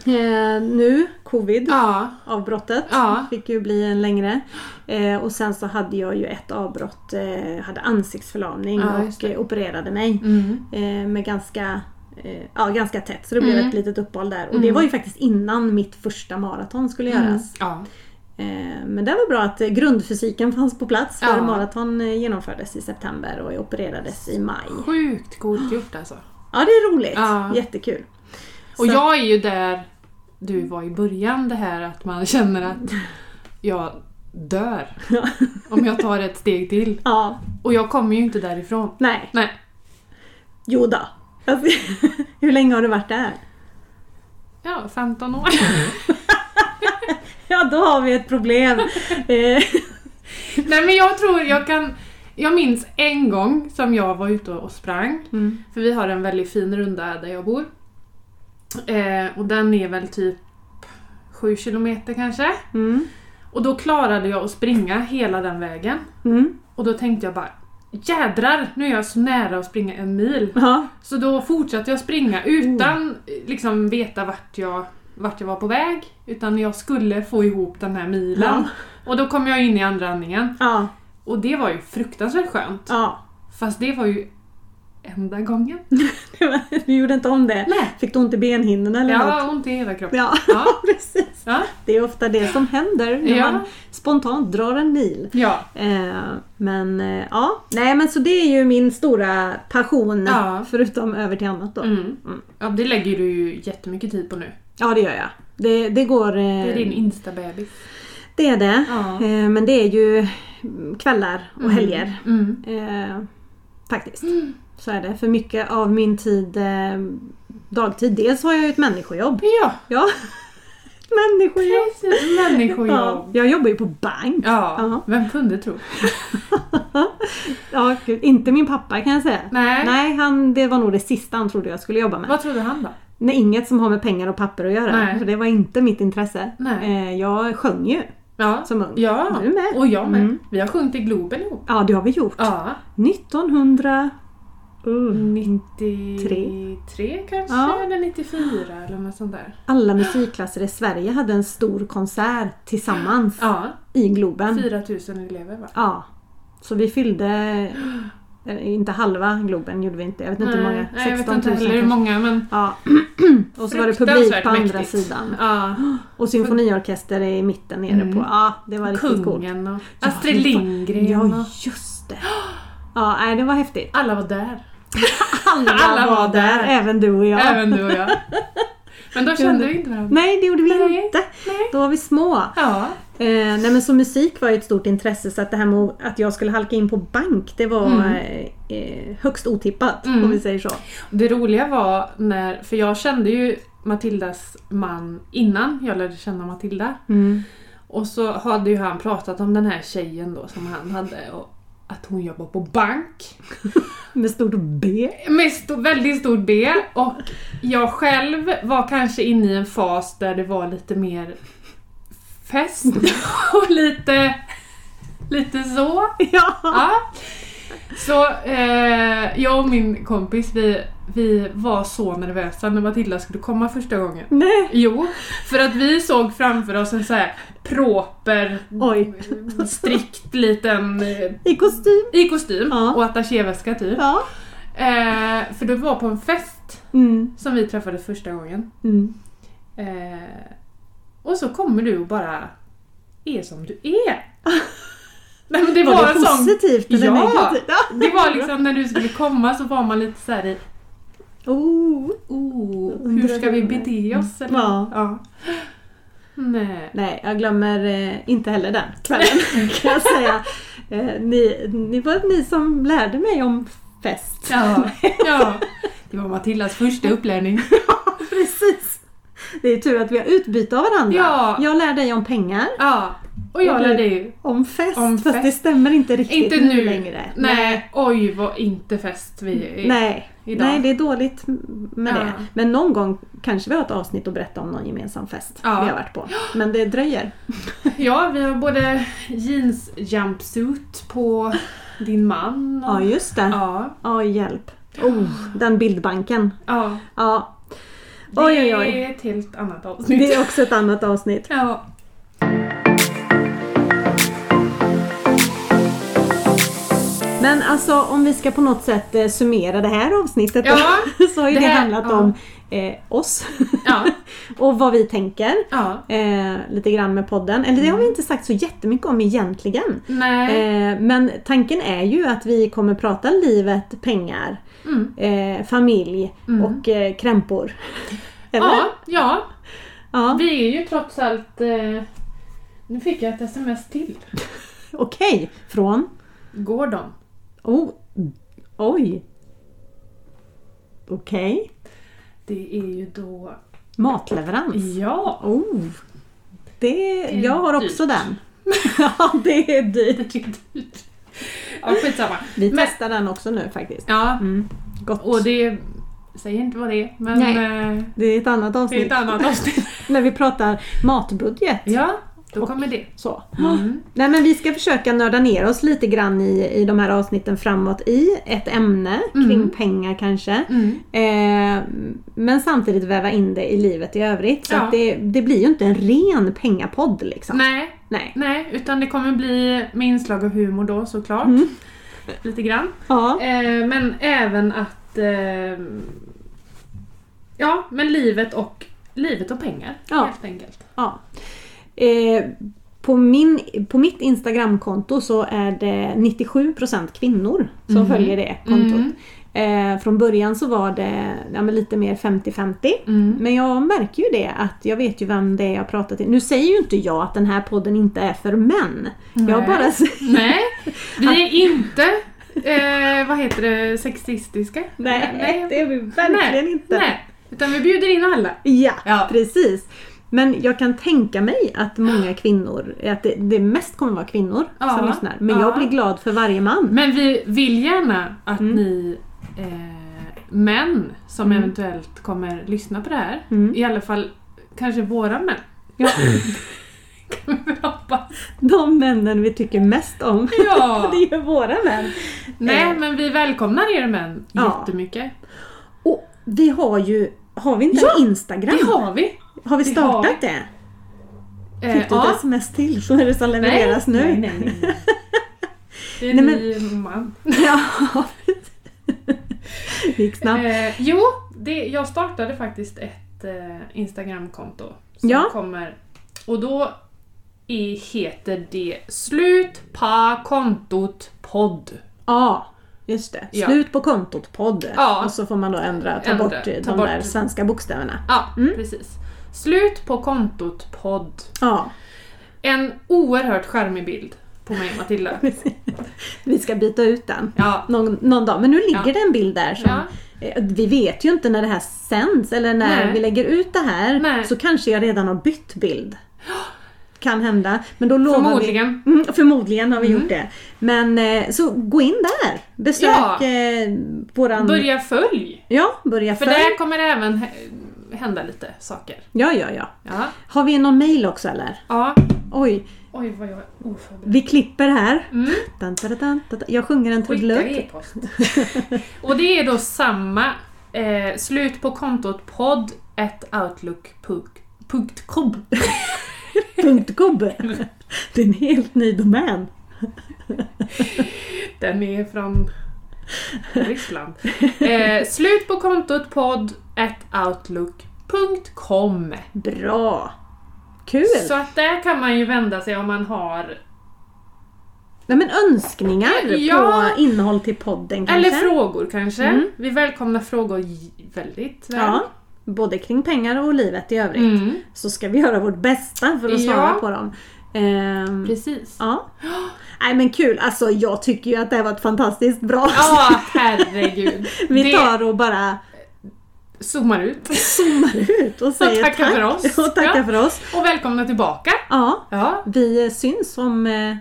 [SPEAKER 1] Eh, nu, covid.
[SPEAKER 2] Ja.
[SPEAKER 1] avbrottet.
[SPEAKER 2] Ja.
[SPEAKER 1] Fick ju bli en längre. Eh, och sen så hade jag ju ett avbrott, eh, hade ansiktsförlamning
[SPEAKER 2] Ja, just
[SPEAKER 1] och eh, opererade mig.
[SPEAKER 2] Mm.
[SPEAKER 1] Eh, med ganska, eh, ja, ganska tätt, så det blev
[SPEAKER 2] Mm.
[SPEAKER 1] ett litet uppehåll där. Och det
[SPEAKER 2] Mm.
[SPEAKER 1] var ju faktiskt innan mitt första maraton skulle göras.
[SPEAKER 2] Ja.
[SPEAKER 1] Eh, men det var bra att eh, grundfysiken fanns på plats för
[SPEAKER 2] Ja.
[SPEAKER 1] maraton eh, genomfördes i september och jag opererades i maj.
[SPEAKER 2] Sjukt coolt gjort alltså.
[SPEAKER 1] Ja, det är roligt.
[SPEAKER 2] Ja.
[SPEAKER 1] Jättekul.
[SPEAKER 2] Och
[SPEAKER 1] Så-
[SPEAKER 2] jag är ju där du var i början, det här att man känner att jag *laughs* dör om jag tar ett steg till.
[SPEAKER 1] Ja,
[SPEAKER 2] Och jag kommer ju inte därifrån.
[SPEAKER 1] nej.
[SPEAKER 2] Nej,
[SPEAKER 1] Jo då. Alltså, *laughs* hur länge har du varit där?
[SPEAKER 2] ja, 15 år.
[SPEAKER 1] *laughs* Ja, då har vi ett
[SPEAKER 2] *laughs*
[SPEAKER 1] problem. Eh,
[SPEAKER 2] Nej men jag tror jag kan... Jag minns en gång som jag var ute och sprang. För vi har en väldigt fin runda där jag bor. Eh, och den är väl typ 7 kilometer kanske.
[SPEAKER 1] Mm.
[SPEAKER 2] Och då klarade jag att springa hela den vägen.
[SPEAKER 1] Mm.
[SPEAKER 2] Och då tänkte jag bara Jädrar, nu är jag så nära att springa en mil.
[SPEAKER 1] Ja.
[SPEAKER 2] Så då fortsatte jag springa utan eh, liksom veta vart jag, vart jag var på väg. Utan jag skulle få ihop den här milen. Och då kom jag in i andra andningen.
[SPEAKER 1] Ja.
[SPEAKER 2] Och det var ju fruktansvärt skönt.
[SPEAKER 1] ja.
[SPEAKER 2] Fast det var ju enda gången.
[SPEAKER 1] Du gjorde inte om det.
[SPEAKER 2] Nej.
[SPEAKER 1] Fick du ont i benhinnorna eller
[SPEAKER 2] Jag
[SPEAKER 1] något?
[SPEAKER 2] har ont i hela kroppen.
[SPEAKER 1] Ja. *laughs*
[SPEAKER 2] Ja.
[SPEAKER 1] precis.
[SPEAKER 2] Ja.
[SPEAKER 1] Det är ofta det som händer när
[SPEAKER 2] Ja.
[SPEAKER 1] man spontant drar en mil.
[SPEAKER 2] Ja.
[SPEAKER 1] Eh, men eh, ja, nej men så det är ju min stora passion.
[SPEAKER 2] Ja.
[SPEAKER 1] Förutom över till annat då.
[SPEAKER 2] Mm. ja, det lägger du ju jättemycket tid på nu.
[SPEAKER 1] Ja, det gör jag. Det, det går... eh,
[SPEAKER 2] Det är din Mm, instabebis.
[SPEAKER 1] det är det.
[SPEAKER 2] Ja.
[SPEAKER 1] Eh, men det är ju mm, kvällar och helger.
[SPEAKER 2] Mm.
[SPEAKER 1] Eh, faktiskt. Så är det. För mycket av min tid, eh, dagtid, dels har jag ju ett människojobb.
[SPEAKER 2] Ja,
[SPEAKER 1] Ja. *laughs* människojobb.
[SPEAKER 2] precis.
[SPEAKER 1] Ja,
[SPEAKER 2] Människojobb.
[SPEAKER 1] jag jobbar ju på bank.
[SPEAKER 2] Ja,
[SPEAKER 1] Ja.
[SPEAKER 2] vem kunde tro?
[SPEAKER 1] Ja, gud, inte min pappa kan jag säga.
[SPEAKER 2] Nej.
[SPEAKER 1] Nej, han, det var nog det sista han trodde jag skulle jobba med.
[SPEAKER 2] Vad trodde han då?
[SPEAKER 1] Nej, inget som har med pengar och papper att göra.
[SPEAKER 2] Nej.
[SPEAKER 1] För det var inte mitt intresse.
[SPEAKER 2] Nej.
[SPEAKER 1] Eh, jag sjöng ju
[SPEAKER 2] Ja.
[SPEAKER 1] som ung.
[SPEAKER 2] Ja,
[SPEAKER 1] Du med.
[SPEAKER 2] och jag med.
[SPEAKER 1] Mm.
[SPEAKER 2] Vi har sjungit i Globen ihop.
[SPEAKER 1] Ja, det har vi gjort.
[SPEAKER 2] Ja.
[SPEAKER 1] 1900... Uh,
[SPEAKER 2] Mm. 93 kanske,
[SPEAKER 1] Ja.
[SPEAKER 2] eller 94 eller något sånt där.
[SPEAKER 1] Alla musikklasser i Sverige hade en stor konsert tillsammans
[SPEAKER 2] Ja,
[SPEAKER 1] i
[SPEAKER 2] Mm.
[SPEAKER 1] Globen.
[SPEAKER 2] 4000 elever va?
[SPEAKER 1] Ja. Så vi fyllde, eh, inte halva Globen gjorde vi inte. Jag vet inte hur många.
[SPEAKER 2] Nej, jag vet
[SPEAKER 1] 16 000
[SPEAKER 2] inte heller hur
[SPEAKER 1] kanske.
[SPEAKER 2] många men...
[SPEAKER 1] Ja. *clears throat* Och så var det publik
[SPEAKER 2] Fruktansvärt
[SPEAKER 1] på andra
[SPEAKER 2] mäktigt.
[SPEAKER 1] sidan.
[SPEAKER 2] Ja.
[SPEAKER 1] Och symfoniorkester i mitten nere
[SPEAKER 2] Mm.
[SPEAKER 1] på. Ja, det var riktigt coolt.
[SPEAKER 2] Kungen och
[SPEAKER 1] Ja,
[SPEAKER 2] Astrid
[SPEAKER 1] det var-
[SPEAKER 2] Lindgren
[SPEAKER 1] Ja,
[SPEAKER 2] och...
[SPEAKER 1] just det. *gasps* Ja, nej, det var häftigt.
[SPEAKER 2] Alla var där.
[SPEAKER 1] Alla,
[SPEAKER 2] Alla var där.
[SPEAKER 1] Även du och jag.
[SPEAKER 2] Även du och
[SPEAKER 1] *laughs*
[SPEAKER 2] jag. Men då kände vi inte varandra.
[SPEAKER 1] Nej, det gjorde vi
[SPEAKER 2] Nej,
[SPEAKER 1] inte.
[SPEAKER 2] nej.
[SPEAKER 1] Då var vi små.
[SPEAKER 2] Ja.
[SPEAKER 1] Eh, nej men så musik var ju ett stort intresse så att det här med att jag skulle halka in på bank det var
[SPEAKER 2] Mm.
[SPEAKER 1] eh, eh, högst otippat
[SPEAKER 2] Mm.
[SPEAKER 1] om vi säger så.
[SPEAKER 2] Det roliga var när, för jag kände ju Matildas man innan jag lärde känna Matilda.
[SPEAKER 1] Mm.
[SPEAKER 2] Och så hade ju han pratat om den här tjejen då som han hade och att hon jobbar på bank.
[SPEAKER 1] Med stort B.
[SPEAKER 2] Med sto- väldigt stort B och jag själv var kanske inne i en fas där det var lite mer *laughs* fest och lite, lite så.
[SPEAKER 1] *laughs* Ja.
[SPEAKER 2] Ja. Så eh, jag och min kompis vi, vi var så nervösa när Matilda skulle komma första gången.
[SPEAKER 1] Nej.
[SPEAKER 2] Jo, för att vi såg framför oss en så här proper,
[SPEAKER 1] Oj.
[SPEAKER 2] strikt liten eh,
[SPEAKER 1] I kostym.
[SPEAKER 2] i kostym
[SPEAKER 1] Ja.
[SPEAKER 2] och attachéväska typ.
[SPEAKER 1] Ja.
[SPEAKER 2] Eh, för det var på en fest
[SPEAKER 1] Mm.
[SPEAKER 2] som vi träffades första gången.
[SPEAKER 1] Mm.
[SPEAKER 2] Eh, och så kommer du och bara är som du är. Nej, men det var,
[SPEAKER 1] var det
[SPEAKER 2] en sån
[SPEAKER 1] positivt eller
[SPEAKER 2] Ja.
[SPEAKER 1] negativt? Ja.
[SPEAKER 2] Det var liksom när du skulle komma så var man lite såhär i
[SPEAKER 1] Oh.
[SPEAKER 2] oh, hur
[SPEAKER 1] Undrar
[SPEAKER 2] ska vi
[SPEAKER 1] hur-
[SPEAKER 2] bete oss? Eller?
[SPEAKER 1] Ja.
[SPEAKER 2] ja. Nej.
[SPEAKER 1] Nej, jag glömmer eh, inte heller den
[SPEAKER 2] *laughs*
[SPEAKER 1] kvällen kan jag säga. Eh, ni, ni var ni som lärde mig om fest.
[SPEAKER 2] Ja. *laughs* ja. Det var Matildas första upplärning.
[SPEAKER 1] Precis! Det är tur att vi har utbyte av varandra.
[SPEAKER 2] Ja.
[SPEAKER 1] Jag lär dig om pengar,
[SPEAKER 2] Ja. Och jag lärde ju.
[SPEAKER 1] om fest,
[SPEAKER 2] Om
[SPEAKER 1] fast
[SPEAKER 2] fest.
[SPEAKER 1] det stämmer inte riktigt
[SPEAKER 2] Inte nu.
[SPEAKER 1] längre.
[SPEAKER 2] Nej, oj vad inte fest vi är.
[SPEAKER 1] Nej.
[SPEAKER 2] Idag.
[SPEAKER 1] Nej, det är dåligt med
[SPEAKER 2] Ja.
[SPEAKER 1] det. Men någon gång kanske vi har ett avsnitt att berätta om någon gemensam fest
[SPEAKER 2] Ja.
[SPEAKER 1] vi har varit på. Men det
[SPEAKER 2] *gasps*
[SPEAKER 1] dröjer.
[SPEAKER 2] Ja, vi har både jeans jumpsuit på din man.
[SPEAKER 1] Ja, just det. Ja,
[SPEAKER 2] Ja.
[SPEAKER 1] hjälp. Oh, den bildbanken.
[SPEAKER 2] ja.
[SPEAKER 1] Ja,
[SPEAKER 2] Det
[SPEAKER 1] Oj, oj, oj.
[SPEAKER 2] är ett helt annat avsnitt.
[SPEAKER 1] det är också ett annat avsnitt.
[SPEAKER 2] *laughs* Ja.
[SPEAKER 1] Men alltså om vi ska på något sätt eh, summera det här avsnittet
[SPEAKER 2] Ja,
[SPEAKER 1] då, *laughs* så har ju
[SPEAKER 2] det
[SPEAKER 1] det,
[SPEAKER 2] här-
[SPEAKER 1] handlat
[SPEAKER 2] ja.
[SPEAKER 1] om eh, oss
[SPEAKER 2] Ja.
[SPEAKER 1] *laughs* och vad vi tänker.
[SPEAKER 2] ja.
[SPEAKER 1] Eh, lite grann med podden. Eller det har vi inte sagt så jättemycket om egentligen.
[SPEAKER 2] Mm. Nej.
[SPEAKER 1] Eh, men tanken är ju att vi kommer prata livet, pengar,
[SPEAKER 2] Mm.
[SPEAKER 1] eh, familj
[SPEAKER 2] Mm.
[SPEAKER 1] och eh, krämpor. *laughs* Eller?
[SPEAKER 2] Ja, ja,
[SPEAKER 1] Ja,
[SPEAKER 2] vi är ju trots allt... Eh, nu fick jag ett sms till.
[SPEAKER 1] Okej, från?
[SPEAKER 2] Går de?
[SPEAKER 1] Oh, oj! Okej.
[SPEAKER 2] Det är ju då...
[SPEAKER 1] Matleverans.
[SPEAKER 2] Ja! *laughs*
[SPEAKER 1] Oh. Det,
[SPEAKER 2] är
[SPEAKER 1] jag har
[SPEAKER 2] dyrt.
[SPEAKER 1] också den. *laughs* ja, det är dyrt.
[SPEAKER 2] Det är dyrt. Ja, skitsamma.
[SPEAKER 1] Vi
[SPEAKER 2] Men-
[SPEAKER 1] testar den också nu faktiskt.
[SPEAKER 2] Ja,
[SPEAKER 1] Mm. Gott.
[SPEAKER 2] och det... Säger inte vad det är, men...
[SPEAKER 1] Nej.
[SPEAKER 2] eh,
[SPEAKER 1] det är ett annat
[SPEAKER 2] Det är
[SPEAKER 1] avsnitt.
[SPEAKER 2] ett annat avsnitt.
[SPEAKER 1] När vi pratar matbudget.
[SPEAKER 2] Ja, då kommer det.
[SPEAKER 1] Så.
[SPEAKER 2] Mm.
[SPEAKER 1] Nej, men vi ska försöka nörda ner oss lite grann i, i de här avsnitten framåt i ett ämne
[SPEAKER 2] Mm.
[SPEAKER 1] kring pengar kanske.
[SPEAKER 2] Mm.
[SPEAKER 1] Eh, men samtidigt väva in det i livet i övrigt. Så
[SPEAKER 2] Ja.
[SPEAKER 1] att det, det blir ju inte en ren pengapodd liksom.
[SPEAKER 2] Nej,
[SPEAKER 1] Nej.
[SPEAKER 2] nej, utan det kommer bli med inslag av humor då såklart.
[SPEAKER 1] Mm.
[SPEAKER 2] Lite grann.
[SPEAKER 1] Ja.
[SPEAKER 2] Eh, men även att... Eh, ja, men livet och, livet och pengar
[SPEAKER 1] Ja.
[SPEAKER 2] helt enkelt.
[SPEAKER 1] Ja. Eh, på, min, på mitt Instagramkonto så är det 97% kvinnor som
[SPEAKER 2] Mhm.
[SPEAKER 1] följer det kontot. Eh, från början så var det ja, men lite mer 50-50.
[SPEAKER 2] Mm.
[SPEAKER 1] Men jag märker ju det att jag vet ju vem det är jag pratar till. Nu säger ju inte jag att den här podden inte är för män. Jag
[SPEAKER 2] Nej.
[SPEAKER 1] bara säger... *laughs*
[SPEAKER 2] Nej, vi är inte... Eh, vad heter det? Sexistiska?
[SPEAKER 1] Nej,
[SPEAKER 2] nej,
[SPEAKER 1] det är vi verkligen inte.
[SPEAKER 2] nej. Utan vi bjuder in alla.
[SPEAKER 1] Ja,
[SPEAKER 2] Ja.
[SPEAKER 1] precis. Men jag kan tänka mig att många kvinnor, att det, det mest kommer vara kvinnor
[SPEAKER 2] Ja.
[SPEAKER 1] som lyssnar. Men
[SPEAKER 2] Ja.
[SPEAKER 1] jag blir glad för varje man.
[SPEAKER 2] Men vi vill gärna att
[SPEAKER 1] Mm.
[SPEAKER 2] ni eh, män som
[SPEAKER 1] Mm.
[SPEAKER 2] eventuellt kommer lyssna på det här,
[SPEAKER 1] Mm.
[SPEAKER 2] i alla fall kanske våra män,
[SPEAKER 1] Ja.
[SPEAKER 2] *laughs* kan vi
[SPEAKER 1] *laughs*
[SPEAKER 2] hoppas.
[SPEAKER 1] De männen vi tycker mest om.
[SPEAKER 2] Ja.
[SPEAKER 1] *laughs* Det är ju våra män.
[SPEAKER 2] Nej, men vi välkomnar er män
[SPEAKER 1] Ja.
[SPEAKER 2] jättemycket.
[SPEAKER 1] Och vi har ju, har vi inte en Instagram?
[SPEAKER 2] Det har vi!
[SPEAKER 1] Har vi
[SPEAKER 2] det
[SPEAKER 1] startat
[SPEAKER 2] har
[SPEAKER 1] det?
[SPEAKER 2] Eh,
[SPEAKER 1] Fick du
[SPEAKER 2] ja.
[SPEAKER 1] ett sms till som det som levereras nu?
[SPEAKER 2] Nej, nej, nej,
[SPEAKER 1] *laughs*
[SPEAKER 2] nej. Det är
[SPEAKER 1] Nej, men-
[SPEAKER 2] ni man.
[SPEAKER 1] Ja, det gick snabbt.
[SPEAKER 2] Eh, jo, det, jag startade faktiskt ett eh, Instagramkonto. Som
[SPEAKER 1] Ja.
[SPEAKER 2] kommer, och då i, heter det Slut på kontot podd.
[SPEAKER 1] Ja, just det.
[SPEAKER 2] Ja.
[SPEAKER 1] Slut på kontot podd.
[SPEAKER 2] Ja.
[SPEAKER 1] Och så får man då ändra, ta
[SPEAKER 2] Ändra,
[SPEAKER 1] bort eh,
[SPEAKER 2] ta
[SPEAKER 1] de
[SPEAKER 2] bort.
[SPEAKER 1] där svenska bokstäverna.
[SPEAKER 2] Ja,
[SPEAKER 1] Mm.
[SPEAKER 2] precis. Slut på kontot podd.
[SPEAKER 1] Ja, *laughs*
[SPEAKER 2] En oerhört charmig bild på mig
[SPEAKER 1] *laughs*
[SPEAKER 2] och Matilda.
[SPEAKER 1] precis. Vi ska byta ut den.
[SPEAKER 2] Ja.
[SPEAKER 1] Någon, någon dag. Men nu ligger
[SPEAKER 2] Ja.
[SPEAKER 1] det en bild där som
[SPEAKER 2] Ja.
[SPEAKER 1] Eh, Vi vet ju inte när det här sänds eller när
[SPEAKER 2] Nej.
[SPEAKER 1] vi lägger ut det här
[SPEAKER 2] Nej.
[SPEAKER 1] så kanske jag redan har bytt bild. Kan hända. Men då lovar
[SPEAKER 2] Förmodligen.
[SPEAKER 1] Vi, mm, förmodligen har vi gjort det. Men eh, så gå in där. Besök
[SPEAKER 2] Ja.
[SPEAKER 1] eh, våran...
[SPEAKER 2] Börja följ!
[SPEAKER 1] Ja, börja
[SPEAKER 2] För
[SPEAKER 1] följ.
[SPEAKER 2] där kommer det även hä- hända lite saker.
[SPEAKER 1] Ja, ja, ja.
[SPEAKER 2] Ja.
[SPEAKER 1] Har vi någon mail också eller?
[SPEAKER 2] ja.
[SPEAKER 1] Oj.
[SPEAKER 2] Oj vad jag är oförberedd.
[SPEAKER 1] Vi klipper här.
[SPEAKER 2] Mm.
[SPEAKER 1] Dun, dun, dun, dun, dun. Jag sjunger en
[SPEAKER 2] Skicka
[SPEAKER 1] trudelutt.
[SPEAKER 2] e-post. *laughs* och det är då samma eh, slut på kontot podd outlook.com
[SPEAKER 1] Punkt gubbe. Det är en helt ny domän.
[SPEAKER 2] Den är från Ryssland. Eh, slut på kontot podd outlook.com
[SPEAKER 1] Bra! Kul!
[SPEAKER 2] Så att där kan man ju vända sig om man har
[SPEAKER 1] Nej men önskningar
[SPEAKER 2] Ja.
[SPEAKER 1] på innehåll till podden kanske?
[SPEAKER 2] Eller frågor kanske.
[SPEAKER 1] Mm.
[SPEAKER 2] Vi välkomnar frågor j- väldigt väl.
[SPEAKER 1] Ja, både kring pengar och livet i övrigt.
[SPEAKER 2] Mm.
[SPEAKER 1] Så ska vi göra vårt bästa för att svara
[SPEAKER 2] Ja.
[SPEAKER 1] på dem. Ehm,
[SPEAKER 2] Precis.
[SPEAKER 1] ja. Nej men kul, alltså jag tycker ju att det här var ett fantastiskt bra
[SPEAKER 2] Ja, herregud.
[SPEAKER 1] *laughs* Vi
[SPEAKER 2] det
[SPEAKER 1] tar och bara
[SPEAKER 2] zoomar ut.
[SPEAKER 1] zoomar ut och säger
[SPEAKER 2] tackar
[SPEAKER 1] tack.
[SPEAKER 2] för
[SPEAKER 1] *laughs*
[SPEAKER 2] oss.
[SPEAKER 1] Och tackar
[SPEAKER 2] Ja.
[SPEAKER 1] för oss.
[SPEAKER 2] Och välkomna tillbaka.
[SPEAKER 1] Ja,
[SPEAKER 2] Ja,
[SPEAKER 1] vi syns om... eh,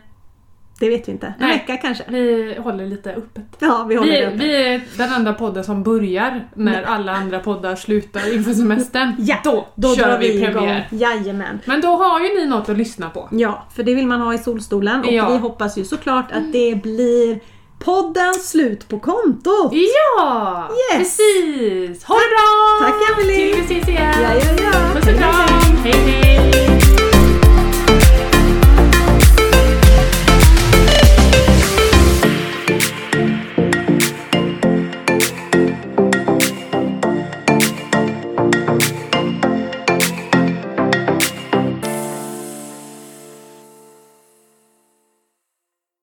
[SPEAKER 1] Det vet vi inte. En
[SPEAKER 2] Nej.
[SPEAKER 1] vecka kanske.
[SPEAKER 2] vi håller lite öppet.
[SPEAKER 1] Ja, vi håller
[SPEAKER 2] Vi,
[SPEAKER 1] det uppe.
[SPEAKER 2] vi är den enda podden som börjar när alla andra poddar slutar inför semestern. *laughs*
[SPEAKER 1] Ja,
[SPEAKER 2] då,
[SPEAKER 1] Då
[SPEAKER 2] kör
[SPEAKER 1] drar
[SPEAKER 2] vi
[SPEAKER 1] vi
[SPEAKER 2] premiär.
[SPEAKER 1] igång. Jajamän.
[SPEAKER 2] Men då har ju ni något att lyssna på.
[SPEAKER 1] Ja, för det vill man ha i solstolen och
[SPEAKER 2] Ja.
[SPEAKER 1] vi hoppas ju såklart att det blir poddens slut på kontot!
[SPEAKER 2] Ja!
[SPEAKER 1] Yes.
[SPEAKER 2] Precis! Ha det bra!
[SPEAKER 1] Tack, Emelie.
[SPEAKER 2] Till vi ses igen!
[SPEAKER 1] Ja, ja, ja.
[SPEAKER 2] Puss och kram!